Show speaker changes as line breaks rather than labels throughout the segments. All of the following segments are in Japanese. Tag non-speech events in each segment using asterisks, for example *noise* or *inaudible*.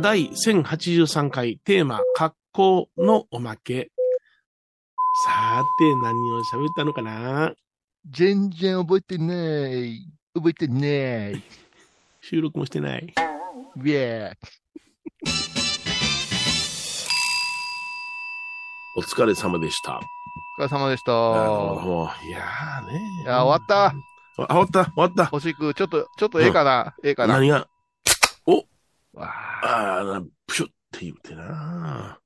第1083回テーマ、格好のおまけ。さて、何を喋ったのかな
全然覚えてない。覚えてない。
収録もしてない。
ウェー。
お疲れ様でした。
お疲れ様でした。
あ
い
のいやーね。
や、終わった。
あ終わった、終わった。
星くちょっと、ちょっとええかな、ええかな。
何が、
わあ
ああ、プシュって言うてな。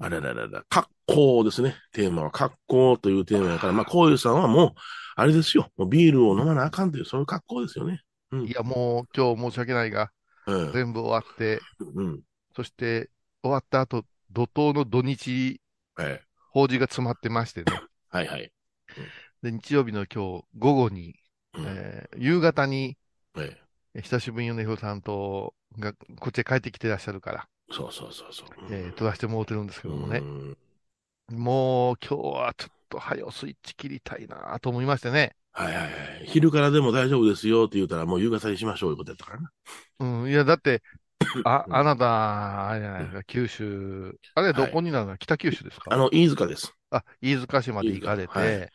あらららら、格好ですね。テーマは格好というテーマやから、まあ、こういうさんはもう、あれですよ。もうビールを飲まなあかんという、そういう格好ですよね。うん。
いや、もう今日申し訳ないが、
うん。
全部終わって、
うん。
そして終わった後、怒涛の土日、
はい。
法事が詰まってましてね。
はいはい。
で、日曜日の今日、午後に、
うん
えー夕方に、
ええ
え久しぶりに米広さんと、が、こっちへ帰ってきてらっしゃるから、
そうそうそうそう。
えー、撮らせてもらってるんですけどもね
う。ん
もう今日はちょっと早うスイッチ切りたいなと思いましてね。
はいはいはい。昼からでも大丈夫ですよって言うたら、もう夕方にしましょういうことやったからな。
うん、いや、だって、あ、
うん
あなた、あれじゃないですか、九州、あれどこになるの、北九州です
あ
か
の、飯塚です。
あ、飯塚市まで行かれ
飯塚は
て、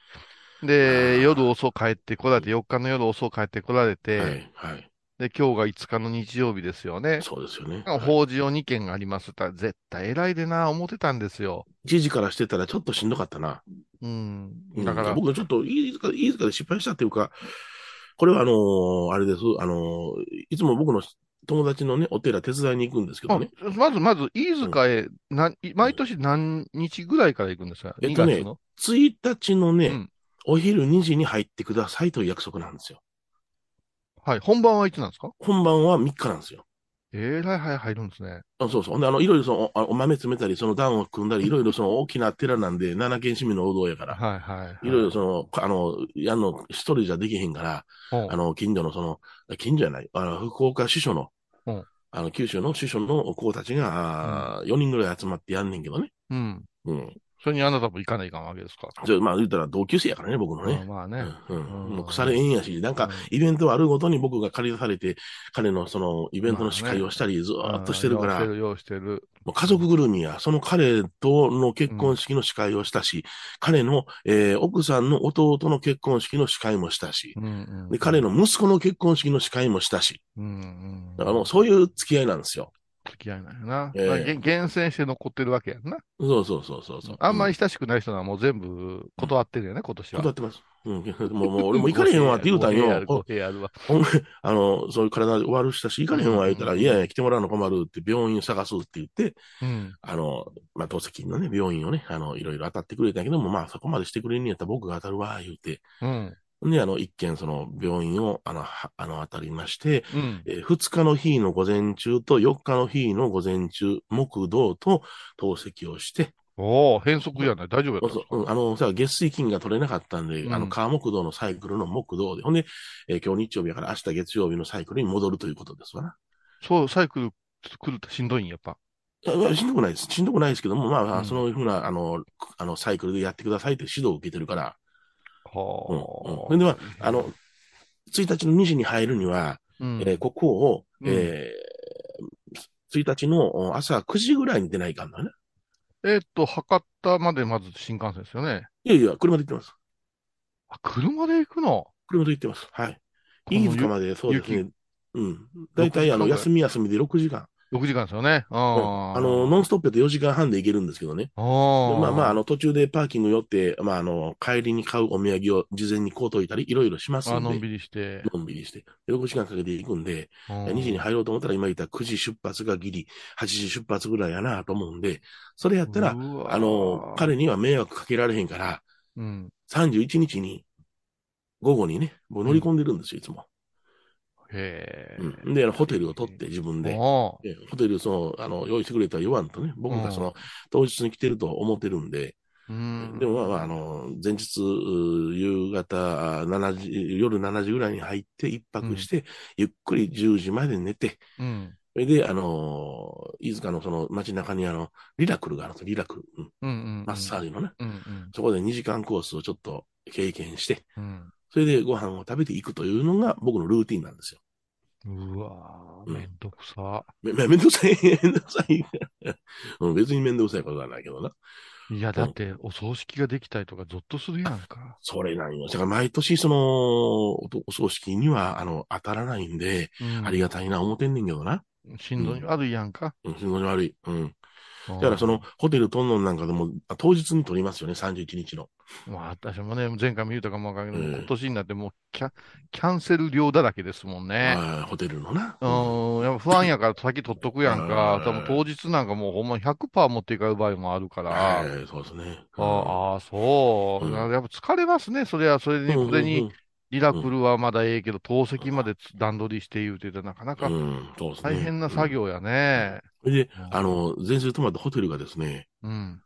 で
あ、ー
夜遅く帰ってこられて、4日の夜遅く帰ってこられ
は
て、
いはい。
で、今日が5日の日曜日ですよね。
そうですよね。
法事を2件がありますって言ったら、絶対偉いでな、思ってたんですよ。
1時からしてたらちょっとしんどかったな。
うん。
うん
だから、
僕ちょっと飯塚、飯塚で失敗したっていうか、これはあのーあれです。あのーいつも僕の友達のね、お寺手伝いに行くんですけどね。
あまずまず、飯塚へ、な、毎年何日ぐらいから行くんですか
えっ
?2
とね
月の。
1日のね、
うん
お昼2時に入ってくださいという約束なんですよ。
はい。本番はいつなんですか
本番は3日なんですよ。
えらい早い入るんですね。
あそうそう。ほんで、あの、いろいろその、おあお豆詰めたり、その段を組んだり、いろいろその大きな寺なんで、七軒市民の王道やから、
はいはいはい。
いろいろその、あの、やんの、一人じゃできへんから、
ほう
あの、近所のその、近所じゃない、あの、福岡支所の、
うん
あの、九州の支所の子たちが、あー4人ぐらい集まってやんねんけどね。
うん。
うん。
それにあなたも行かないかんわけですか。
じゃあまあ言ったら同級生やからね、僕のね。
まあ
う
まあね。
んうん
うん
もう腐れ縁やし、なん
うん
か、イベントあるごとに僕が借り出されて、彼のその、イベントの司会をしたり、ずーっとしてるから、
うん用意してる、用意してる。
もう家族ぐるみや、その彼との結婚式の司会をしたし、彼の、えー奥さんの弟の結婚式の司会もしたし、
うんうん
で彼の息子の結婚式の司会もしたし、
うんうん。
だからもうそういう付き合いなんですよ。
付き合いないよな。
ええ
まあげ厳選して残ってるわけやんな。
そうそうそうそうそう。
あんま
り、
り親しくない人はもう全部断ってるよね、今年は。
断ってます。うん、もう、もう俺も行かれへんわって言うたん
語弊あ
よ
る。語弊あるわ。
ほんほんあの、そういう体悪したし、行かれへんわ言うたら、
うん
いやいや、来てもらうの困るって病院探すって言って、
うん。
あの、まあ、透析のね、病院をね、あの、いろいろ当たってくれたけども、まあ、そこまでしてくれんねやったら僕が当たるわ、言うて。
うん。
で、あの、一軒、その、病院を、あの、はあの、当たりまして、
うん。
えー二日の日の午前中と四日の日の午前中、木道と透析をして、
おお変則じゃない。大丈夫やったんですか
そううんあの、さ、月水金が取れなかったんで、
うん
あの、川木道のサイクルの木道で、ほんで、えー今日日曜日やから明日月曜日のサイクルに戻るということですわな。
そう、サイクル来るとしんどいん、やっぱ。
いやいやしんどくないです。しんどくないですけども、まあま
う
あ、
ん
そのふうな、あの、あの、サイクルでやってくださいって指導を受けてるから、うん、うん。
は
それでは、あの、1日の2時に入るには、
うん
えー国王を、
うん
えー1日のお朝9時ぐらいに出ないかんのね。
えーっと、博多までまず新幹線ですよね。
いやいや、車で行ってます。
あ、車で行くの
車で行ってます。はい。
の
飯塚まで、そうですね。うん。大
六時
体、
間
あの、
ぐらい
休み休みで6時間。
6時間ですよね。あ
うんあの、ノンストップで4時間半で行けるんですけどね。
あ
まあまあ、あ
あ
の、途中でパーキング寄って、まあ、あの、帰りに買うお土産を事前に買うといたり、いろいろします
あ、
ん
のん
で。
びりして。
のんびりして。で6時間かけて行くんで、
2
2時に入ろうと思ったら今言った9時出発がギリ、8時出発ぐらいやなと思うんで、それやったら、あの、彼には迷惑かけられへんから、
うん。
31日に、午後にね、もう乗り込んでるんですよ、いつも。
へ
うん。で、あのホテルを取って、自分
え。
で。
あ
でホテル、その、あの、用意してくれたら言わんとね、僕がその、当日に来てると思ってるんで、
あ。うん。
でもまあまあ、あの、前日、う夕方、あ7時、夜7時ぐらいに入って、一泊して、ゆっくり10時まで寝て、
うん。
それで、あのー飯塚のその街中にあの、リラクルがあるんですよリラクル。うん
うんうん。
マッサージのね。
うんうん
そこで2時間コースをちょっと経験して、
うん。
それでご飯を食べていくというのが僕のルーティンなんですよ。
うわ
う
ぁ、
ん
めんどくさ。
め、めめんどくさい、 *laughs* めんどくさい。うん、別にめんどくさいことはないけどな。
いや、だって、お葬式ができたりとか、ゾッとするやんか。
それなんよ。だから毎年、その、おお葬式には、あの、当たらないんで、あり
が
がたいな思ってんねんけどな。
心臓に悪いやんか。
うん、心臓に悪い。うん。
だ
だからその、、ホテルトンノンなんかでも、あ当日に撮りますよね、31日の。
まあ、私もね、前回も言うたかもわからんけど、
うん
今年になってもうキャ、キャンセル料だらけですもんね。
あーホテルのな。
うん、やっぱ不安やから先取っとくやんか。
う
多
ん
分当日なんかもうほんま100%持っていかれる場合もあるか
は
ら。
い、そうですね。
ああ、そう。
うん
やっぱ疲れますね。それは、それ
う
で
ん、
ね、小
うん
銭、リラクルはまだええけど、透析までつ段取りして言うてて、なかな
う
か
ん、うんそうですね。
大変な作業やね。
うん。それで、あの、前週泊まったホテルがですね、
うん。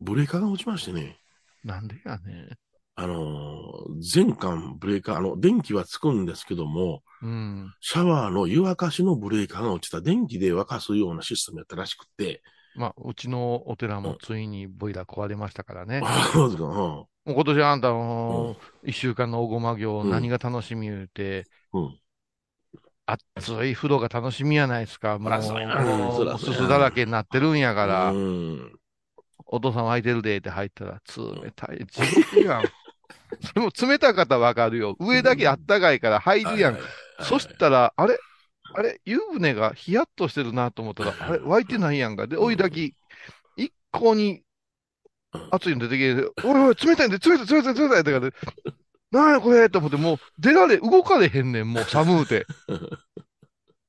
ブレーカーが落ちましてね、
なんでやね。
あの、全館ブレーカー、あの、電気はつくんですけども、
うん。
シャワーの湯沸かしのブレーカーが落ちた電気で沸かすようなシステムやったらしくっ
*laughs*
て、
まあ、うちのお寺もついにボイラー壊れましたからね。
あ *laughs* そうですかうん
もう今年あんた、
う
もう一週間の大ごま行、
うん
何が楽しみ言うて、
うん
暑い風呂が楽しみやないですか。
まあ
もう、
そうやな
もう
そらそう
す
やな
すだらけになってるんやから、
うん。
お父さん湧いてるでって入ったら、冷たい、地獄やん。 *laughs* でも冷たかったらわかるよ。上だけあったかいから入るやん。
はいはいはい
そしたら、あれあれ湯船がヒヤッとしてるなと思ったら、あれ湧いてないやんか。で、おいだき、一向に
うん
熱いの出てきて、おいおい、冷たいんで、冷たい、冷たい、冷たいってから、なんやこれと思って、もう出られ、動かれへんねん、もう寒う
*laughs*
て。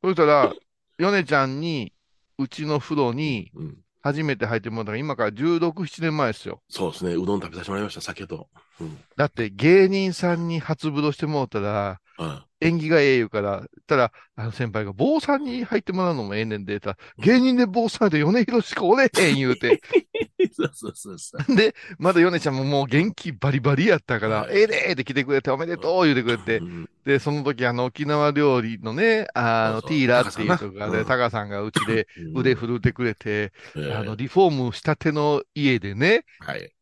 そしたら、ヨネちゃんに、うちの風呂に
うん。
初めて入ってもらったのが今から16、7年前ですよ。
そうですね。うどん食べさせてもらいました、酒と。うん。
だって芸人さんに初風呂してもらったら、
うん
*laughs* 縁起がええ言うから、たら、あの先輩が、坊さんに入ってもらうのもええねんで、たら芸人で坊さんで米広しかおれへん言うて、 *laughs*
そうそうそうそう。
で、まだ米ちゃんももう元気バリバリやったから
は、い
ええでーって来てくれて、おめでとう言うてくれて
う、ん
で、その時あの沖縄料理のね、あの、
そうそう
ティーラっていうと
タカさ
か
んなう
で、
ん
タカさんがうちで腕振るってくれて、
ええ
あの、リフォームしたての家でね、
はい。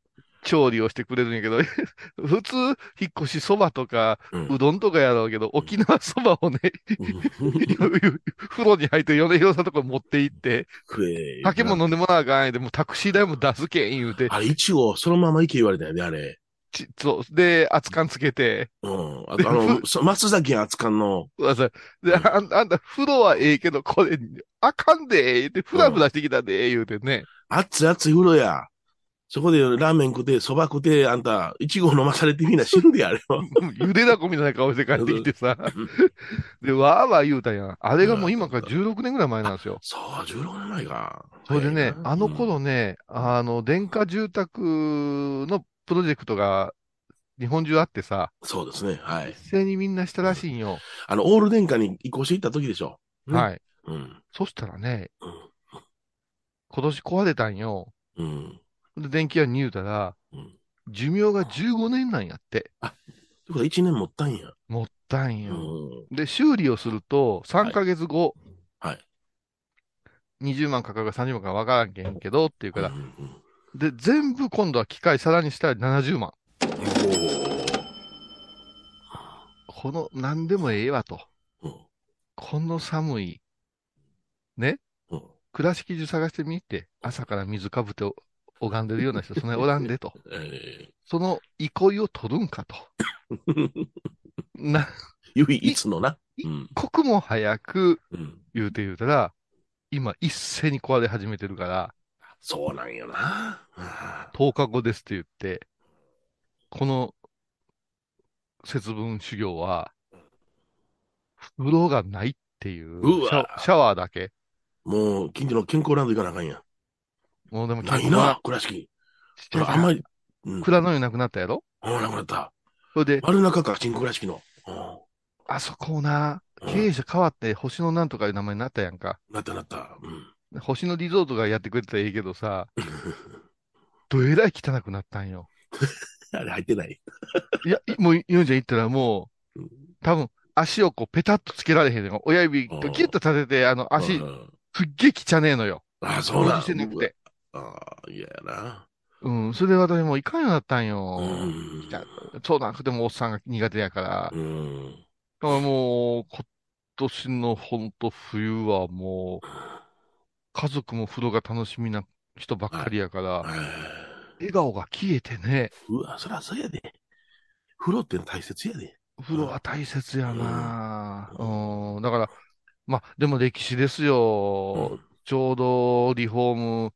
調理をしてくれるんやけど、 *laughs* 普通、引っ越しそばとか、
うん
うどんとかやろうけど、沖縄そばをね、 *laughs* 風呂に入って米広さんのとこに持って行って、
*laughs* 食え。
*laughs* 酒も飲んでもらわなあかんやで、もうタクシー代も出すけん言うて、
あれ、一応、そのまま行け言われたよね、あれ。
ちそう、で、熱燗つけて、
うん。あと、あの、そ松崎厚館の、
うわさで、あんあんた風呂はええけど、これ、あかんで、言うて、ふらふらしてきたで、言うてね。
熱々風呂や。そこでラーメン食って、そば食って、あんた、いちご飲まされてみんな死ぬで、あれは。
ゆでだこみたいな顔して帰ってきてさ、 *laughs* で、わーわー言うたやん。あれがもう今から16年ぐらい前なんですよ。
*laughs* そう、16年前か。
それでね
*laughs* 早い、な
あの、頃ね、あの、電化住宅のプロジェクトが日本中あってさ、
うんそうですね、はい
一。斉にみんなしたらしいんよ。
あの、オール電化に移行していった時でしょ。うん
はい。
うん。
そしたらね、
うん
今年壊れたんよ。
うん。
で、電気屋に言うたら
うん、
寿命が15年なんやって。
ということは1年持ったんや。
もったいうよ。
ん。
で、修理をすると、3ヶ月後、
はい。
20万かかるか30万かわからんけんけどっていうから
う、んうん
で、全部今度は機械さらにしたら70万。この、何でもええわと。
おー
この寒い、
うんうん
倉敷中探してみって、朝から水かぶってお拝んでるような人、そんなにおらんでと。
え
その憩いを取るんかと。
ー *laughs*
な、
唯一のな。うん。
刻も早く、
うん。
言うて言うたら、今一斉に壊れ始めてるから、
そうなんよな。あ
10日後ですって言って、この節分修行は、風呂がないっていう、
うわ
シャシャワーだけ。
ーもう、近所の健康ランド行かなあかんや。
もうでも
ないな、倉敷。
ちっちゃい
あんまり、うん。
蔵のようになくなったやろ
うんなくなった。
それで、
丸中か、新倉敷の。うん
あそこをな、
うん
経営者変わって星のなんとかいう名前になったやんか。
なったなった。うん。 *laughs*
星野リゾートがやってくれてたらええけどさ、どえらい汚くなったんよ。
あれ入ってない。
いや、いもう、ヨンちゃん行ったらもう
うん、
多分、足をこうペタッとつけられへんねん。親指
あ
を
ー
ギュッと立てて、あの足
う、ん
すっげえ汚ねえのよ。
あ、そう
伸
だ
び。せなくて。
ああ、嫌やな。
うん、それで私もういかんようになったんよ
う。ん。
じゃそうなくてもおっさんが苦手やから。
うん。
だからもう、今年の本当冬はもう、家族も風呂が楽しみな人ばっかりやから、
あ
笑顔が消えてね、
うわ、そらそうやで。風呂って大切やで。
風呂は大切やなうん、だから、まあ、でも歴史ですよ。ちょうどリフォーム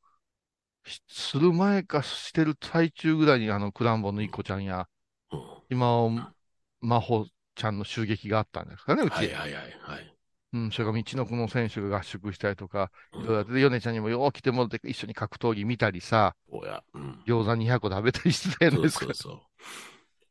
しする前かしてる最中ぐらいに、あの、クランボのイコちゃんや、
うん
今尾真帆ちゃんの襲撃があったんですかね、う
はい
ち。
はいはいはい。
うん、それから道のこの選手が合宿したりとか、
うん
いろいろやってて、ヨネちゃんにもよう来てもらって、一緒に格闘技見たりさ、
おや。うん。
餃子200個食べたりしてたやない
そ
で
う
す
そうそう。
か。うん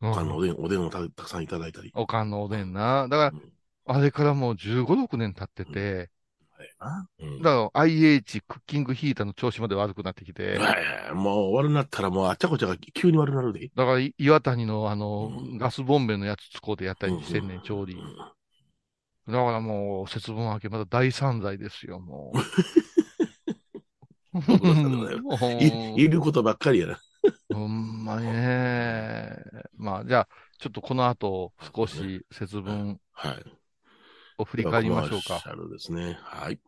他のおでん、おでんをたたくさんいただいたり。
おかんのおでんな。だか
うん
ら、あれからもう15、6年経ってて、
はいなうん
だから IH クッキングヒーターの調子まで悪くなってき
は
て、
いはいもう悪なったらもうあちゃこちゃが急に悪なるで。
だからい岩谷のあの、
うん
ガスボンベのやつ使うてやったりしてんね、
うんん
調理
う。ん
だからもう、節分明けまだ大散財ですよ、も
*laughs* ご
う。
苦労様だよ
もう
いいることばっかりやな。
ほんまにね。まあ、じゃあ、ちょっとこの後、少し節分
はい。
を振り返りましょうか。
コマーシャルですね。はい。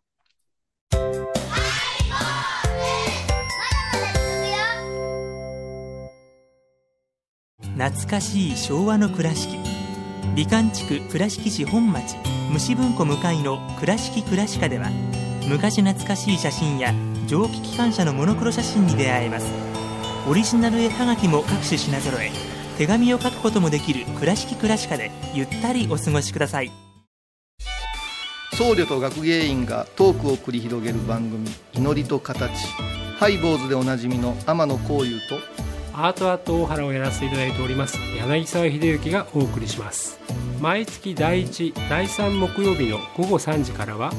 懐かしい昭和の倉敷美観地区倉敷市本町虫文庫向かいの「倉敷倉歯科」では昔懐かしい写真や蒸気機関車のモノクロ写真に出会えますオリジナル絵はがきも各種品揃え手紙を書くこともできる「倉敷倉歯科」でゆったりお過ごしください
僧侶と学芸員がトークを繰り広げる番組「祈りと形」ハイボーズでおなじみの天野幸雄と
アートアート大原をやらせていただいております柳沢秀幸がお送りします毎月第1第3木曜日の午後3時からは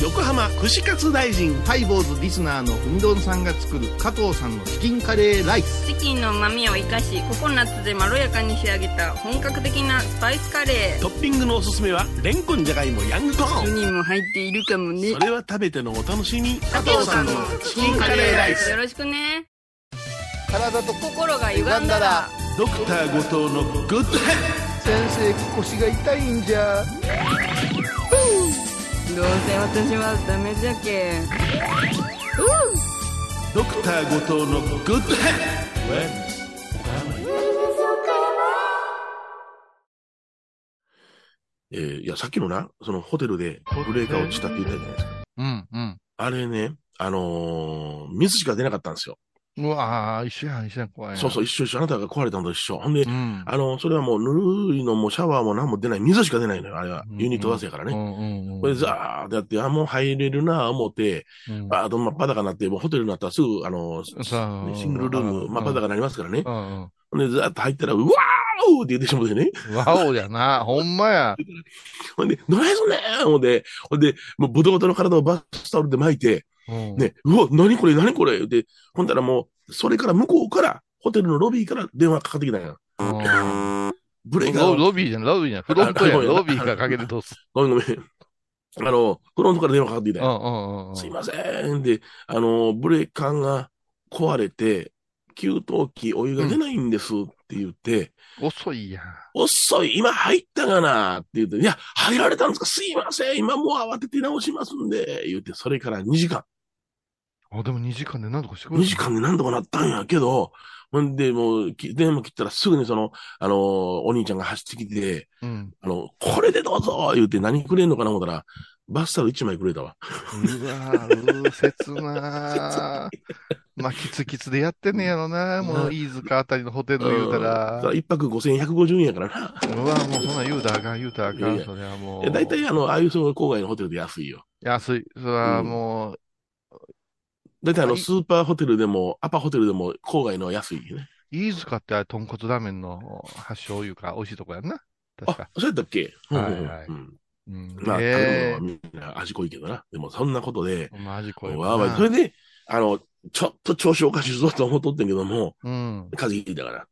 横浜串カツ大臣。
ハイボーズリスナーのうみどんさんが作る加藤さんのチキンカレーライス
チキンの旨味を生かしココナッツでまろやかに仕上げた本格的なスパイスカレ
トッピングのおすすめは、レンコンじゃがいもヤングコ
ー
ーン。
4人も入っているかもね
それは食べてのお楽しみ。
加藤さんのチキンカレーライスよろしくね
体と
心が歪んだら
ドクター後藤のグッドヘッ
先生腰が痛いんじゃ
どうせ私はダメじゃけ
ドクター後藤のグッドヘッえーいや、さっきのな、そのホテルでブレーカー落ちたって言ったじゃないですか。
うん、うん。
あれね、あのー水しか出なかったんですよ。
うわー一緒やん、一緒やん、怖い
そうそう、
う。
一緒一緒。あなたが壊れたのと一緒。ほんで、
うん。
あの、それはもう、ぬるいのもシャワーも何も出ない。水しか出ないのよ。あれは
う。ん
ユニットバスやから
う
ね。
んうんうん
これ、ザーってやって、あ、もう入れるな、思って、
うん
バーッと真っ裸になって、もうホテルになったらすぐ、あの、
さあ
シングルルーム、
うん
真っ裸になりますからね
う。んうん。
ほんで、ザーッと入ったら、うわーおーって言ってしまってね。
わおやな、ほんまや。
ほんで、何やそれほんで、ほんで、もう、ボトボトの体をバスタオルで巻いて、
うん。
ね、うわ、何これ、何これで、ほんだらもう、それから向こうから、ホテルのロビーから電話かかってきたんや。
うん。
ブレーカー
ロ
を
ロビーじゃん、ロビーじゃん。フロントや
あご
ん、
めん
ロビーがかけてどうす。
ごめんごめん。あの、フロントから電話かかってきた
うんう
よ。
んうんうん。
すいません。で、あの、ブレーカーが壊れて、給湯器お湯が出ないんですって言って、
遅いやん。
遅い、今入ったがなって言って、いや、入られたんですかすいません。今もう慌てて直しますんで、言って、それから2時間。
あ、でも2時間で何とかしてくれ
2
た
時間で何とかなったんやけど、ほんで、もう、き電話切ったらすぐにその、あの、お兄ちゃんが走ってきて、
うん。
あの、これでどうぞ言って何くれんのかな思ったら、バスタオル1枚くれたわ。
うわーうー、切なー。まあ、キツキツでやってんねやろな。もう、飯塚あたりのホテル言うたら。う
うん一泊5150円やからな。
わー、もうそんなん言うたらあかん、言うたらあ
い
か
やい
ん、
や
それはも。
いうや大体、あの、ああいうその郊外のホテルで安いよ。
安い。それはもう、
大体、あ
は
の、
い
スーパーホテルでも、アパホテルでも、郊外のは安いね。
飯塚ってあれ、豚骨ラーメンの発祥いうか、美味しいとこやんな。確
あ
か。、
そうやったっけ
はいはい
うん
うん
うんまあ、食べ
え
物はみんな味濃いけどな。でも、そんなことで、
えマジ怖い
わあわあそれで、あの、ちょっと調子おかしいぞと思っとってんけども、
うん。
風邪ひいたから。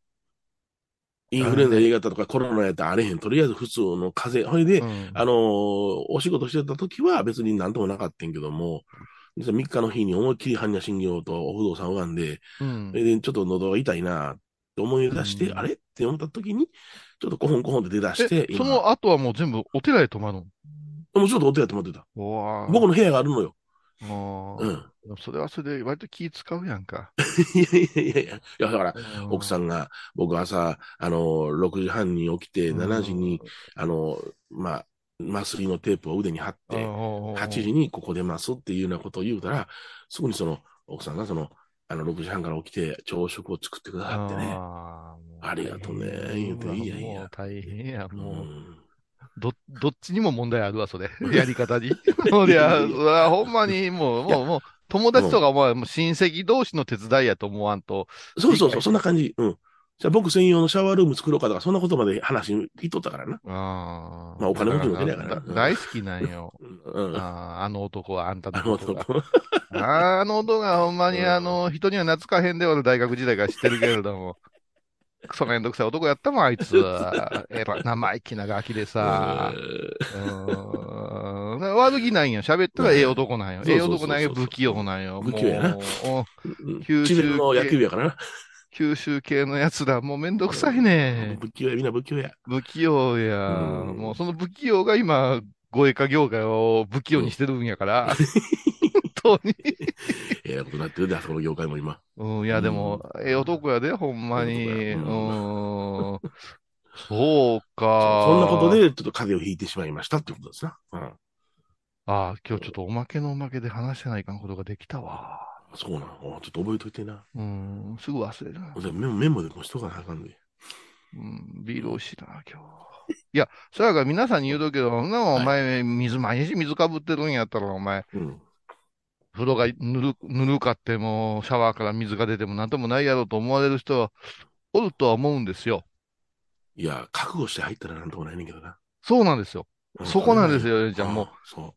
インフルエンザ A 型とかコロナやったらあれへん。とりあえず普通の風邪。ほいで、
うん
あのーお仕事してた時は別になんともなかったんけども、実は3日の日に思いっきり般若心経とお不動産拝んで、
うん
それでちょっと喉が痛いなって思い出して、
うん
あれって思った時に、ちょっとコホンコホンって出だして、
え、
今
その後はもう全部お寺へ泊まるの
もうちょっとお手やってもらってた。
うわー
僕の部屋があるのよ。
あ
うん。 *laughs*
ーでもそれはそれで割と気使うやんか。
いやいやいやいや。いや、だから、奥さ
ん
んが、僕朝、あのー、6時半に起きて、7時に、あのー、まあ、麻酔のテープを腕に貼って、8
8
時にここ出ますっていうようなことを言うたら、すぐにその奥さんがその、あの、6時半から起きて朝食を作ってくださってね。ありがとね言うていいやいいや
もう大変や、
う
もう。
ん
ど、どっちにも問題ある
*laughs*
わ、それ。やり方に。そりゃ、そりゃほんまに、もう、
いや
もう、もう、友達とか、もうもう親戚同士の手伝いやと思わんと。
そうそうそう、そんな感じ。うん。じゃあ僕専用のシャワールーム作ろうかとか、そんなことまで話聞いとったからな。
あー
まあお金持ちの手だから
だ大好きなんよ。
うんうん。あ
あーあの男はあんたの
の
こ
*laughs*
とが。
男。
あの音がほんまに
うん
あの、人には懐かへんで俺大学時代から知ってるけれども。 *laughs* クソめんどくさい男やったもん、あいつ
*laughs*
は。えら、生意気なガキでさ。うーん。悪気ないんよ。喋ったらええ男なんよ。
うん
ええ男なんよ。
そうそうそうそう
不器用なんよ。
不器用やな
もうもう
うん
九州
智弁の野球部やからな。
九州系のやつだ。もうめんどくさいね。
不器用や、みんな不器用や。
不器用や。
うん
もうその不器用が今、護衛化業界を不器用にしてるんやから。本当に。
ええことになってるで、あそこの業界も今。
うん、いや、でも、ええ男やで、ほんまに。う
ええ男や
ーん。そうか。
そんなこと。で、ちょっと風邪をひいてしまいましたってことですな。うん。
ああ、今日ちょっとおまけのおまけで話せないかんことができたわ。
そうなの。ちょっと覚えといてな。
うん、すぐ忘れるな。
でもメモメモでもしとかなあかんで。
うん、ビール美味しいな、今日。いや、そやから皆さんに言うとくけど、そんなもんお前、水、毎日水かぶってるんやったら、お前、
うん。
風呂がぬる、ぬるかっても、シャワーから水が出てもなんともないやろうと思われる人は、おるとは思うんですよ。
いや、覚悟して入ったらなんともないねんけどな。
そうなんですよ。
うん
そこなんですよ、ヨネ
じ
ちゃん、もう。
そ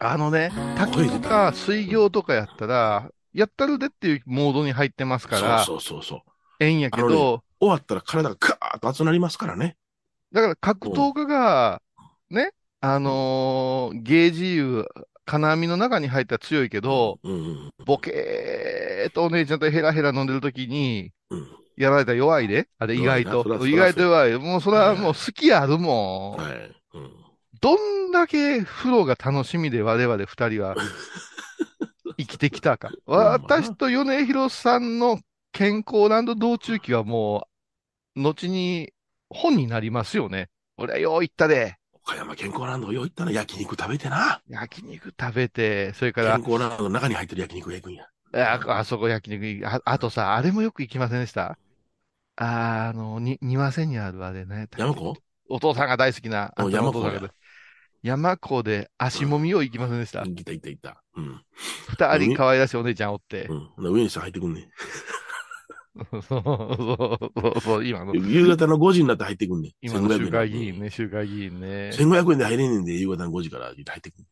あのね、滝とか水行とかやったら、やったるでっていうモードに入ってます
う。
から、
そうそうそうそう。
ええんやけ
あの
ど、
終わったら体がガーッと熱なりますからね。
だから格闘家が、ね、あのーゲージ油、金網の中に入ったら強いけど、
うんうん
ボケーっとお姉ちゃんとヘラヘラ飲んでる時に、
うん。
やられたら弱いで、あれ意外と。
弱いなそらそら
意外と弱い。もうそれはもう好きあるもん。
はい。うん。
どんだけ風呂が楽しみで我々
*laughs*
二人は生きてきたか。
まあな
私と米広さんの健康ランド道中期はもう、後に本になりますよね。俺はよう行ったで。
岡山健康ランドよう行ったら焼肉食べてな。
焼肉食べて、それか
健
ら、
康ランドの中に入ってる焼肉屋行くんや。
あ、あそこ焼肉あ、あとさ、あれもよく行きませんでしたあー、あの、に、庭瀬にあるあれね。
山子
お父さんが大好きな、あんたのお父さんが
お山子や
山子で足もみを行きませんでした。
行った行った行った。うん。
二人可愛らしいお姉ちゃんおって
う。んほな。上にさん入ってくんね。
そうそうそうそう、今の、
夕方の5時になって入ってくんね。
今の州会議
円
員。ね、州会議員ね。
1500円で入れんねんで、夕方の5時から入ってくんね。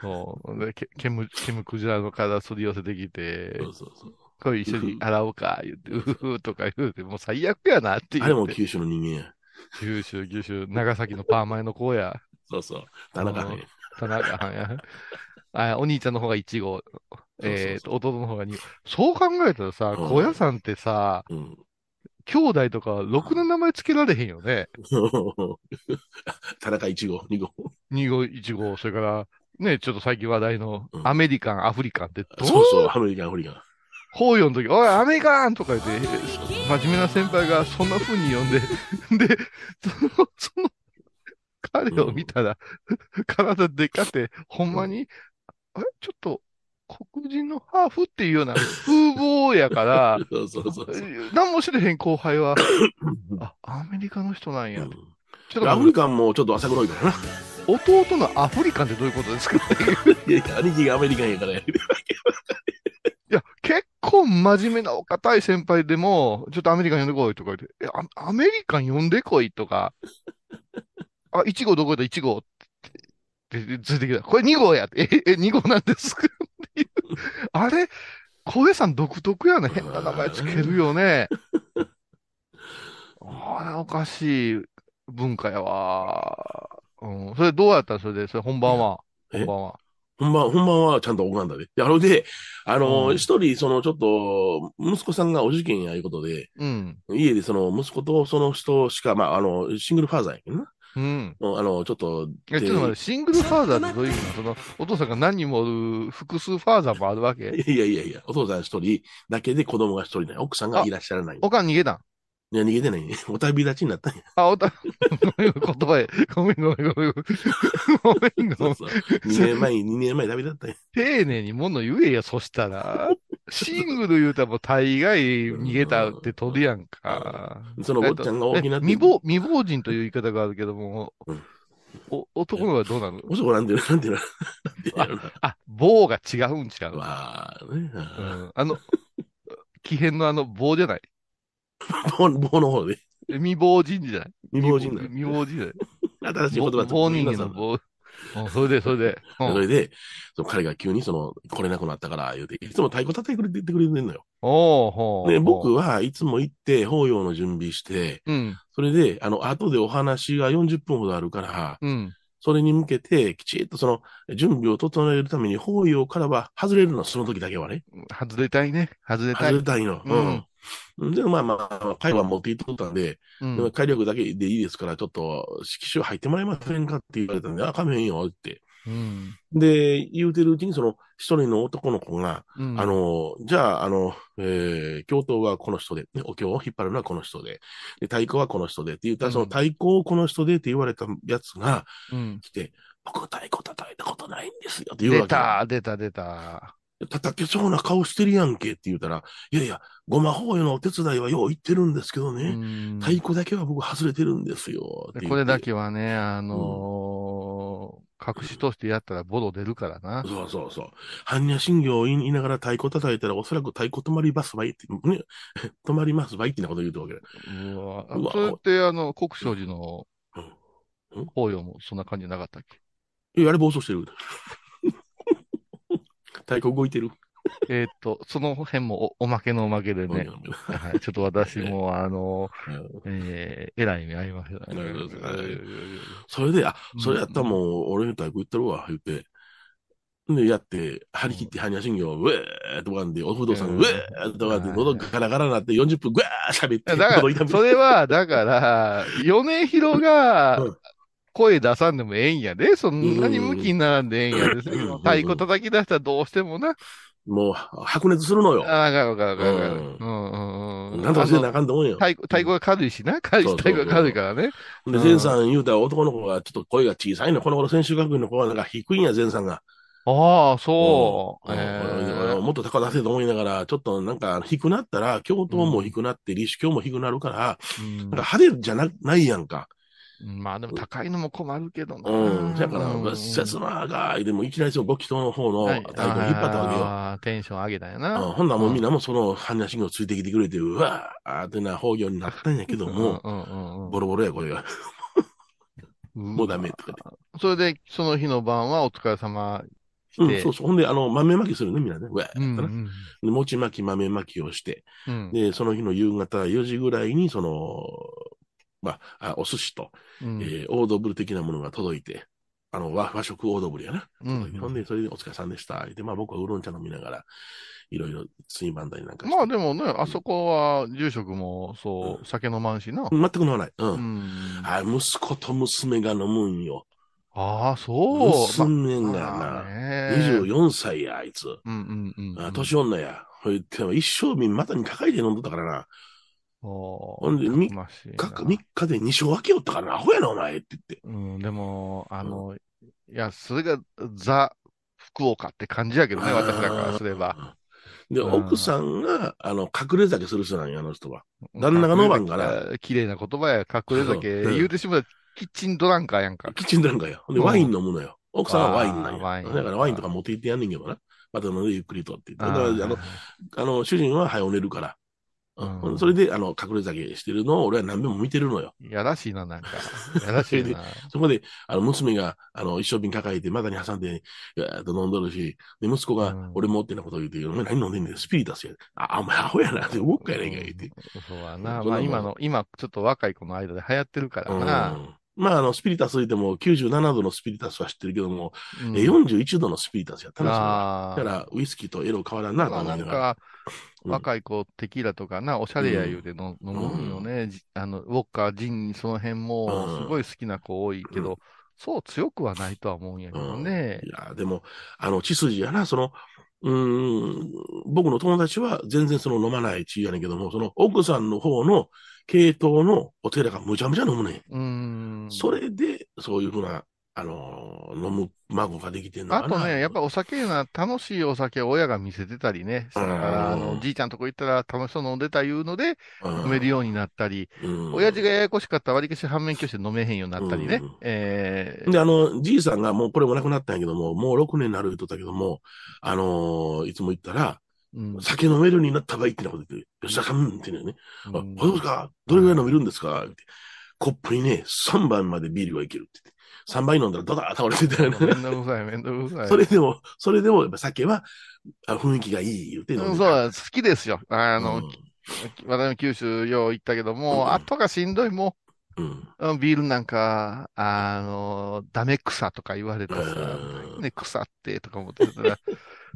そう。で、ケケム、ケムクジラの体すり寄せてきて
そ、うそうそう。
これ一緒に洗おうか、言って、うふふとか言うて、もう最悪やなって言
あれ
っ
も
て、
九州の人間や。
九州、九州、長崎のパーマ屋の子や、
そうそう。田中ね。
田中はん
*laughs*
や。あ、お兄ちゃんの方が1号、えーと、弟の方が2号。そう考えたらさ、
うん
小屋さんってさ、
うん。 *laughs*
兄弟とか、ろくな名前つけられへんよね。
田中1号、2号。
2号、1号、それから、ね、ちょっと最近話題の
うん
アメリカン、アフリカンって、ど
そう
う
そう、アメリカン、アフリカン。
法要の時、おい、アメリカンとか言って、真面目な先輩がそんな風に呼んで、で、 *laughs* その、その、彼を見たら、体でかって、ほんまに、あれ、ちょっと、黒人のハーフっていうような風貌やから、
そうそうそうそう。
何も知れへん後
*laughs*
輩は、あ、アメリカの人なんや。ちょっ
アフリ
と、
カンもちょっと浅黒いからな。 *laughs*
弟のアフリカンってどういうことですか
いやいや、兄貴がアメリカンやからや。
いや、結構真面目なお堅い先輩でも、ちょっとアメリカン呼んでこいとか言って、え、アアメリカン呼んでこいとか、あ、1号どこだ、1号って、で、でついてきた。これ2号やって、え、え、2号なんですかっていう。あれ、小江さん独特やね。変な名前つけるよね。あはおかしい文化やわ。うん。それどうやったそれで、それ本番は。
え
本番は。
本番、本番はちゃんと拝んだで。で、あので、あ
う
の、
ん
一人、その、ちょっと、息子さんがお受験やいうことで、
うん。
家でその、息子とその人しか、まあ、あの、シングルファーザーやけどな。
うん。
うんあの、ちょっと、
え、ちょっと待って、シングルファーザーってどういう意味なのその、お父さんが何人もおる、複数ファーザーもあるわけ
いやいやいや、お父さん一人だけで子供が一人ない。奥さんがいらっしゃらない。い
おかん逃げたん
や、逃げてない *laughs* ね。お旅立ちになったんや。
あ、おた、 *laughs* ごめん、言葉へ。ごめん、ごめん、ごめん。ごめん、ご
そ
めん
う。そう。2年前に、2年前に旅立ったんや。
丁寧に物言えや、そしたら。シングル言うたらもう大概逃げたって取るやんか。
そのおっちゃんが大きなって。
え未亡、未亡人という言い方があるけども
うん、
お男の方はどうなの
おそこなんていうのなんていうのなんていうのやろな
あ、棒が違うん違う。
*laughs* まあね。
う
あ
ん、あの、奇変のあの棒じゃない。
棒棒の方で。
未亡人じゃない。
未亡人だ。
未亡人じゃない。
新しい言葉
棒棒人間の棒。うんそれで、それで。う
そ
ん
れで、その彼が急にその、来れなくなったから言うて、いつも太鼓叩いてくれて言ってくれてんのよ。
おうほう
で、
ほう
僕はいつも行って、法要の準備して、
うん、
それで、あの、後でお話が40分ほどあるから、
うん。
それに向けて、きちっとその、準備を整えるために、法要からは外れるの、その時だけはね。
外れたいね。外れた
外
い。
れたいの。うん。で、まあまあ、会話持っていっとったんで、
うん
でも火力だけでいいですから、ちょっと、色紙入ってもらえませんかって言われたんで、あ、かめへんよって。
うん。
で、言うてるうちに、その、一人の男の子が、
うん
あ、の、じゃあ、あの、えー、教頭はこの人で、ね、お経を引っ張るのはこの人で、で、太鼓はこの人でって言ったら、その太鼓をこの人でって言われたやつが
うん。
来て、僕太鼓叩いたことないんですよって言う
出
わけ。
た、出た、出た。
叩けそうな顔してるやんけって言うたら、いやいや、ごま法要のお手伝いはよう言ってるんですけど
う
ね、
ん
太鼓だけは僕外れてるんですよって言って。
これだけはね、あのー隠し通してやったらボロ出るからな。
そうそうそう。般若心経を言いながら太鼓叩いたら、おそらく太鼓止まりますばいって、ね、 *laughs* 止まりますばいってなこと言うとわけだ。
うわ
うわ
それって、あの、国生寺の
うん
法要もそんな感じじゃなかったっ
いや、あれ暴走してる。 *laughs* 太鼓動いてる。
けえーっと、その辺もおおまけのおまけでね、はい、ちょっと私も、あのー、えー、えらい目合いましたね
なるほど *laughs* それで、あ、それやったらもう、俺に太鼓言ってるわ、言って。で、やって、張り切って、般若心経を、うえーっとかんで、お不動さん、うえーっとかんで、喉ガラガラになって、40分、ぐわー喋って、
だか
喉
ら、
痛
そ
め
れは、だ
*laughs*
から、米広が
うん
声出さんでもええんやで、そんなに向きにならんでええんやで、
んうん
太鼓叩き出したらどうしてもな、
もう、白熱するのよ。
ああ、わかるわかるわかる。
う
うんうんうん。
なんとかせな
あの
あかんと思うよ。
太鼓、太鼓が軽いしな、軽いし、
そうそう
太
そう
鼓が軽いからね。
で、
うん
前さん言うたら男の子がちょっと声が小さいの。この頃専修学院の子はなんか低いんや、前さんが。
ああ、そう。
うん
え
うん
ー
もっと高出せと思いながら、ちょっとなんか低くなったら、教頭も低くなって、立主教も低くなるから、
うん
なんか派手じゃなないやんか。
まあでも高いのも困るけどな。
うん。だから、
うん
うっせつまーがーい、でもいきなりそのご祈祷の方の
は
太
い
鼓を引っ張ったわ
ああテンション上げたんや
けよ。
な。
うん、ほんならもうみんなもその般若心経ついてきてくれて、うわーってな方言になったんやけども、
うんうんうん
ボロボロや、これが。
うん、
もうダメとか
それで、その日の晩はお疲れ様
言
し
って。うん、
て。
そうそう。ほんで、あの、豆まきするね、みんなね。うわーって
うんう
な。
ん
で餅まき、豆まきをして、
うん
で、その日の夕方4時ぐらいに、その、まあ、あお寿司と、
うん
えーオードブル的なものが届いて、あの、和和食オードブルやな。
うん
ほんで、それでお疲れさんでした。で、まあ僕はウーロン茶飲みながら、いろいろついばんだりなんかして。
まあでもね、あそこは住職もそう、酒飲まんしな。
全く飲まない。うん。
うん
あ、息子と娘が飲むんよ。
ああ、そう。
娘が
ま
な、
あね
24歳や、あいつ。
うんうんうんうん。
あ年女や。ほいで一生瓶またに抱えて飲んどったからな。
ほ
ほんでみ
ましいな
3日で2勝分けよったからな。アホやな、お前って言って。
うん、でも、あの、いや、それがザ・福岡って感じやけどね、私らからすれば。
で、
うん
奥さんが、あの、隠れ酒する人なんよ、あの人は。旦那が飲まんから
隠れ綺麗な言葉や、隠れ酒、
うん
言うてしまったらキッチンドランカーやんか。
キッチンなんかよ。で、
うん
ワイン飲むのよ。奥さんはワインなん
あーワイン
よ。だからワインとか持って行ってやんねんけどな。また飲んでゆっくりとって言って。だ
あ
から、
ー
あの、あの主人は早寝るから。
うん
それで、あの、隠れ酒してるのを俺は何遍も見てるのよ。
やらしいな、な
*laughs*
んか。やらしいな。
そこで、あの、娘が、あの、一生瓶抱えて、股に挟んで、えっと飲んどるし、で、息子
う
が
ん、
俺もってなことを言って、お前何飲んでんねん、スピリタスや。あ、お前アホやな、って動くかやないか、言って。
うんそう
そ
やな。
ん
ま
なも
あ
ん
今の、今ちょっと若い子の間で流行ってるからな。
うんまあ、あの、スピリタス言っても、97度のスピリタスは知ってるけども、
うん
え41度のスピリタスやったな、
あ
そ
ー
れはだから、ウイスキーとエロ変わらんな、と
まあ
思
ない
なんがら。
か、
うん
若い子、テキーラとかな、おしゃれや言うての飲むよね。じあの、ウォッカ、ジン、その辺
うん
も、すごい好きな子多いけど、そう強くはないとは思うんやけどね
い。や、でも、あの、血筋やな、その、うーん、僕の友達は全然その飲まない血やねんけども、その奥さんの方の系統のお寺がむちゃむちゃ飲むねん。
うーん。
それで、そういうふうな、あのー飲む孫ができてんのか
あ
な。
とね、やっぱお酒やな、楽しいお酒を親が見せてたりね、
うん
あの、じいちゃんとこ行ったら楽しそう飲んでたいうので、
うん
飲めるようになったり、
うん
親父がややこしかったら割り消し反面教師で飲めへんようになったりね
うん。
えー
で、あの、じいさんがもうこれもなくなったんやけども、もう6年になる言うとったけども、あのーいつも言ったら、
うん
酒飲めるようになったばいってなこと言って、吉田さんって言うのよね。あ、
うん
どうですかどれぐらい飲めるんですかって。コップにね、3杯までビールがいけるって言って。3杯飲んだらドターッ倒れて
*laughs*
たよ
め
ね。
んどくさい、めんどくさい。
それでも、それでもやっぱ酒は、あ雰囲気がいい言うて飲
うんん
で
そう
た
だ、好きですよ。あの、
うん
私も九州よう行ったけど
う
も、
ん
後がしんどいも
うん。
ううん、ビールなんか、あの、ダメ草とか言われてさ、
うん
ね、腐ってとか思ってたら、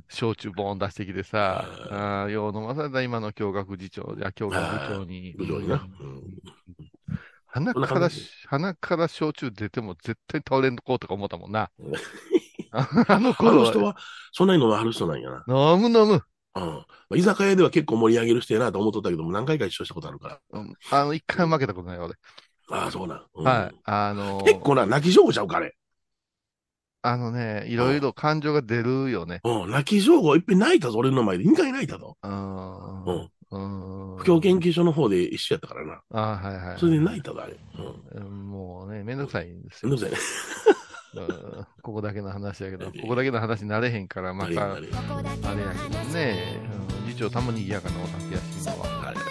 焼酎ボーン出してきてさ、あーよう飲まされた今の教学次長、いや、教学部長に。
部長にな。う
うん
ん
鼻
そんな
から
感じ、
鼻から焼酎出ても絶対倒れんこうとか思ったも
*laughs*
んな
うん。
ああの
あ
頃
の人は、そんなに飲まはる人なんやな。
飲む飲む。
うん。まあ居酒屋では結構盛り上げる人やなと思っとったけども、何回か一緒したことあるから。
うんあの、一回も負けたことない俺。
ああ、そうなん。うん
はい。あのー
結構な、泣き上手ちゃうか、あれ。
あのね、いろいろ感情が出るよね。
うん。泣き上手をいっぺん泣いたぞ、俺の前で。2回泣いたぞ。
う。
うんん。
うん。
不況研究所の方で一緒やったからな。
あはいはい。
それで泣いたぞ、あれ。うん。
うんもうね、めんどくさいんです
めん
よ。
どくさいね。
うんここだけの話やけど、ここだけの話になれへんから、ま
あれ
た、
あ
あれ
れ
やけどね、うん次長たまにやかなお酒やし今は。
あれ
う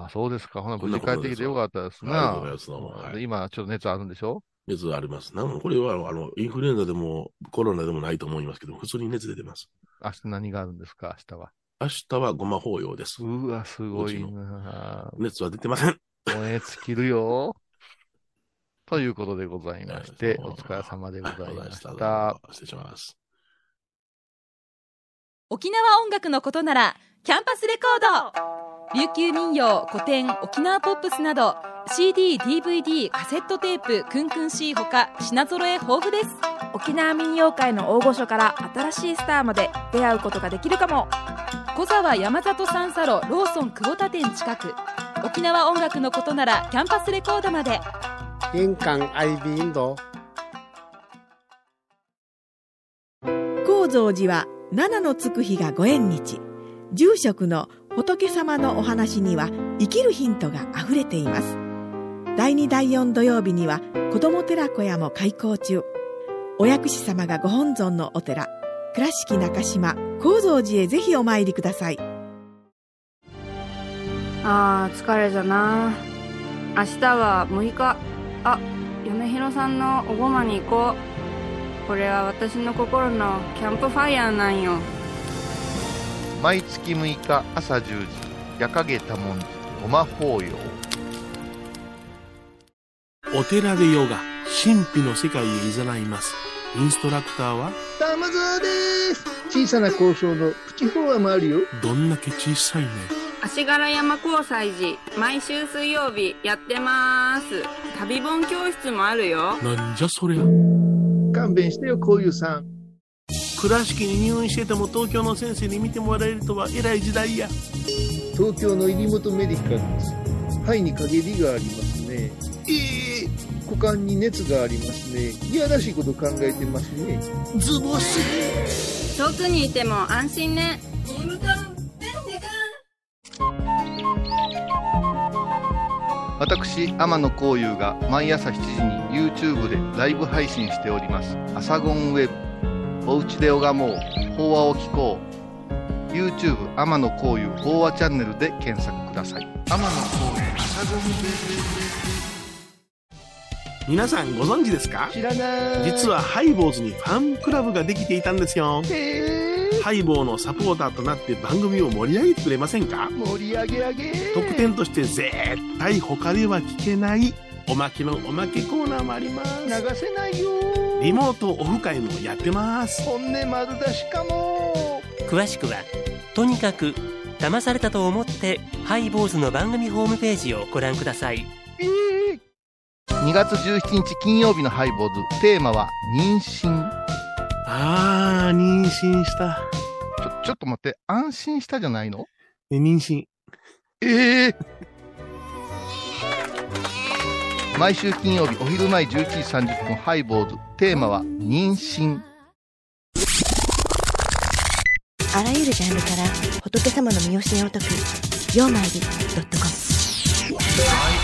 んあ、そうですか。ほな、
こ
無
んな
事
こと
帰ってきてよかったです
ありがとう
な
ござい。ますどうもはい
で今、ちょっと熱あるんでしょ
熱あります。なこれは、あの、インフルエンザでもコロナでもないと思いますけど、普通に熱出てます。
明日何があるんですか明日は。
明日はごま法要です。
うわ、すごいな。
熱は出てません。
燃え尽きるよ。 *laughs* ということでございまして、
はい
お疲れ様でござい
ありがとう
まし
ござい
た
ま。した失礼します。
沖縄音楽のことならキャンパスレコード琉球民謡古典沖縄ポップスなど CDDVD カセットテープクンクン C ほか品揃え豊富です
沖縄民謡界の大御所から新しいスターまで出会うことができるかも
小沢山里三佐路ローソン久保田店近く沖縄音楽のことならキャンパスレコードまで
玄関 IB インド
高蔵寺は七のつく日がご縁日住職の仏様のお話には生きるヒントがあふれています第2第4土曜日には子ども寺小屋も開校中お薬師様がご本尊のお寺倉敷中島・高蔵寺へぜひお参りください
あー疲れたな明日は6日あ嫁ひろさんのおごまに行こうこれは私の心のキャンプファイヤーなんよ
毎月6日朝10時、夜影多文字、ごま法要。
お寺でヨガ神秘の世界へいざないますインストラクターは
玉沢です小さな交渉のプチフォアもあるよ
どんだけ小さいね
足柄山交際時毎週水曜日やってます旅本教室もあるよ
なんじゃそりゃ
勘弁してよこういうさん
倉敷に入院してても東京の先生に見てもらえるとは偉い時代や
東京の入元メディカルです肺に陰りがありますねええ股間に熱がありますねいやらしいこと考えてますね
ズボス
遠くにいても安心ね
私、天野幸雄が毎朝7時に YouTube でライブ配信しております。アサゴンウェブ。おうちで拝もう。法話を聞こう。 YouTube 天野幸雄法話チャンネルで検索ください天野幸雄
皆さんご存知ですか
知らない
実はハイボーズにファンクラブができていたんですよハイボーのサポーターとなって番組を盛り上げてくれませんか
盛り上げ上げ
特典として絶対他では聞けないおまけのおまけコーナーもあります
流せないよ
リモートオフ会もやってます
本音丸出しかも
詳しくはとにかく騙されたと思ってハイボーズの番組ホームページをご覧ください
2月17日金曜日のハイボーズテーマは妊娠
あー妊娠した
ちょちょっと待って安心したじゃないの
え妊娠
ええ毎週金曜日お昼前11時30分ハイボーズテーマは妊娠
あらゆるジャンルから仏様の身教えを解く「曜マイルドットコム」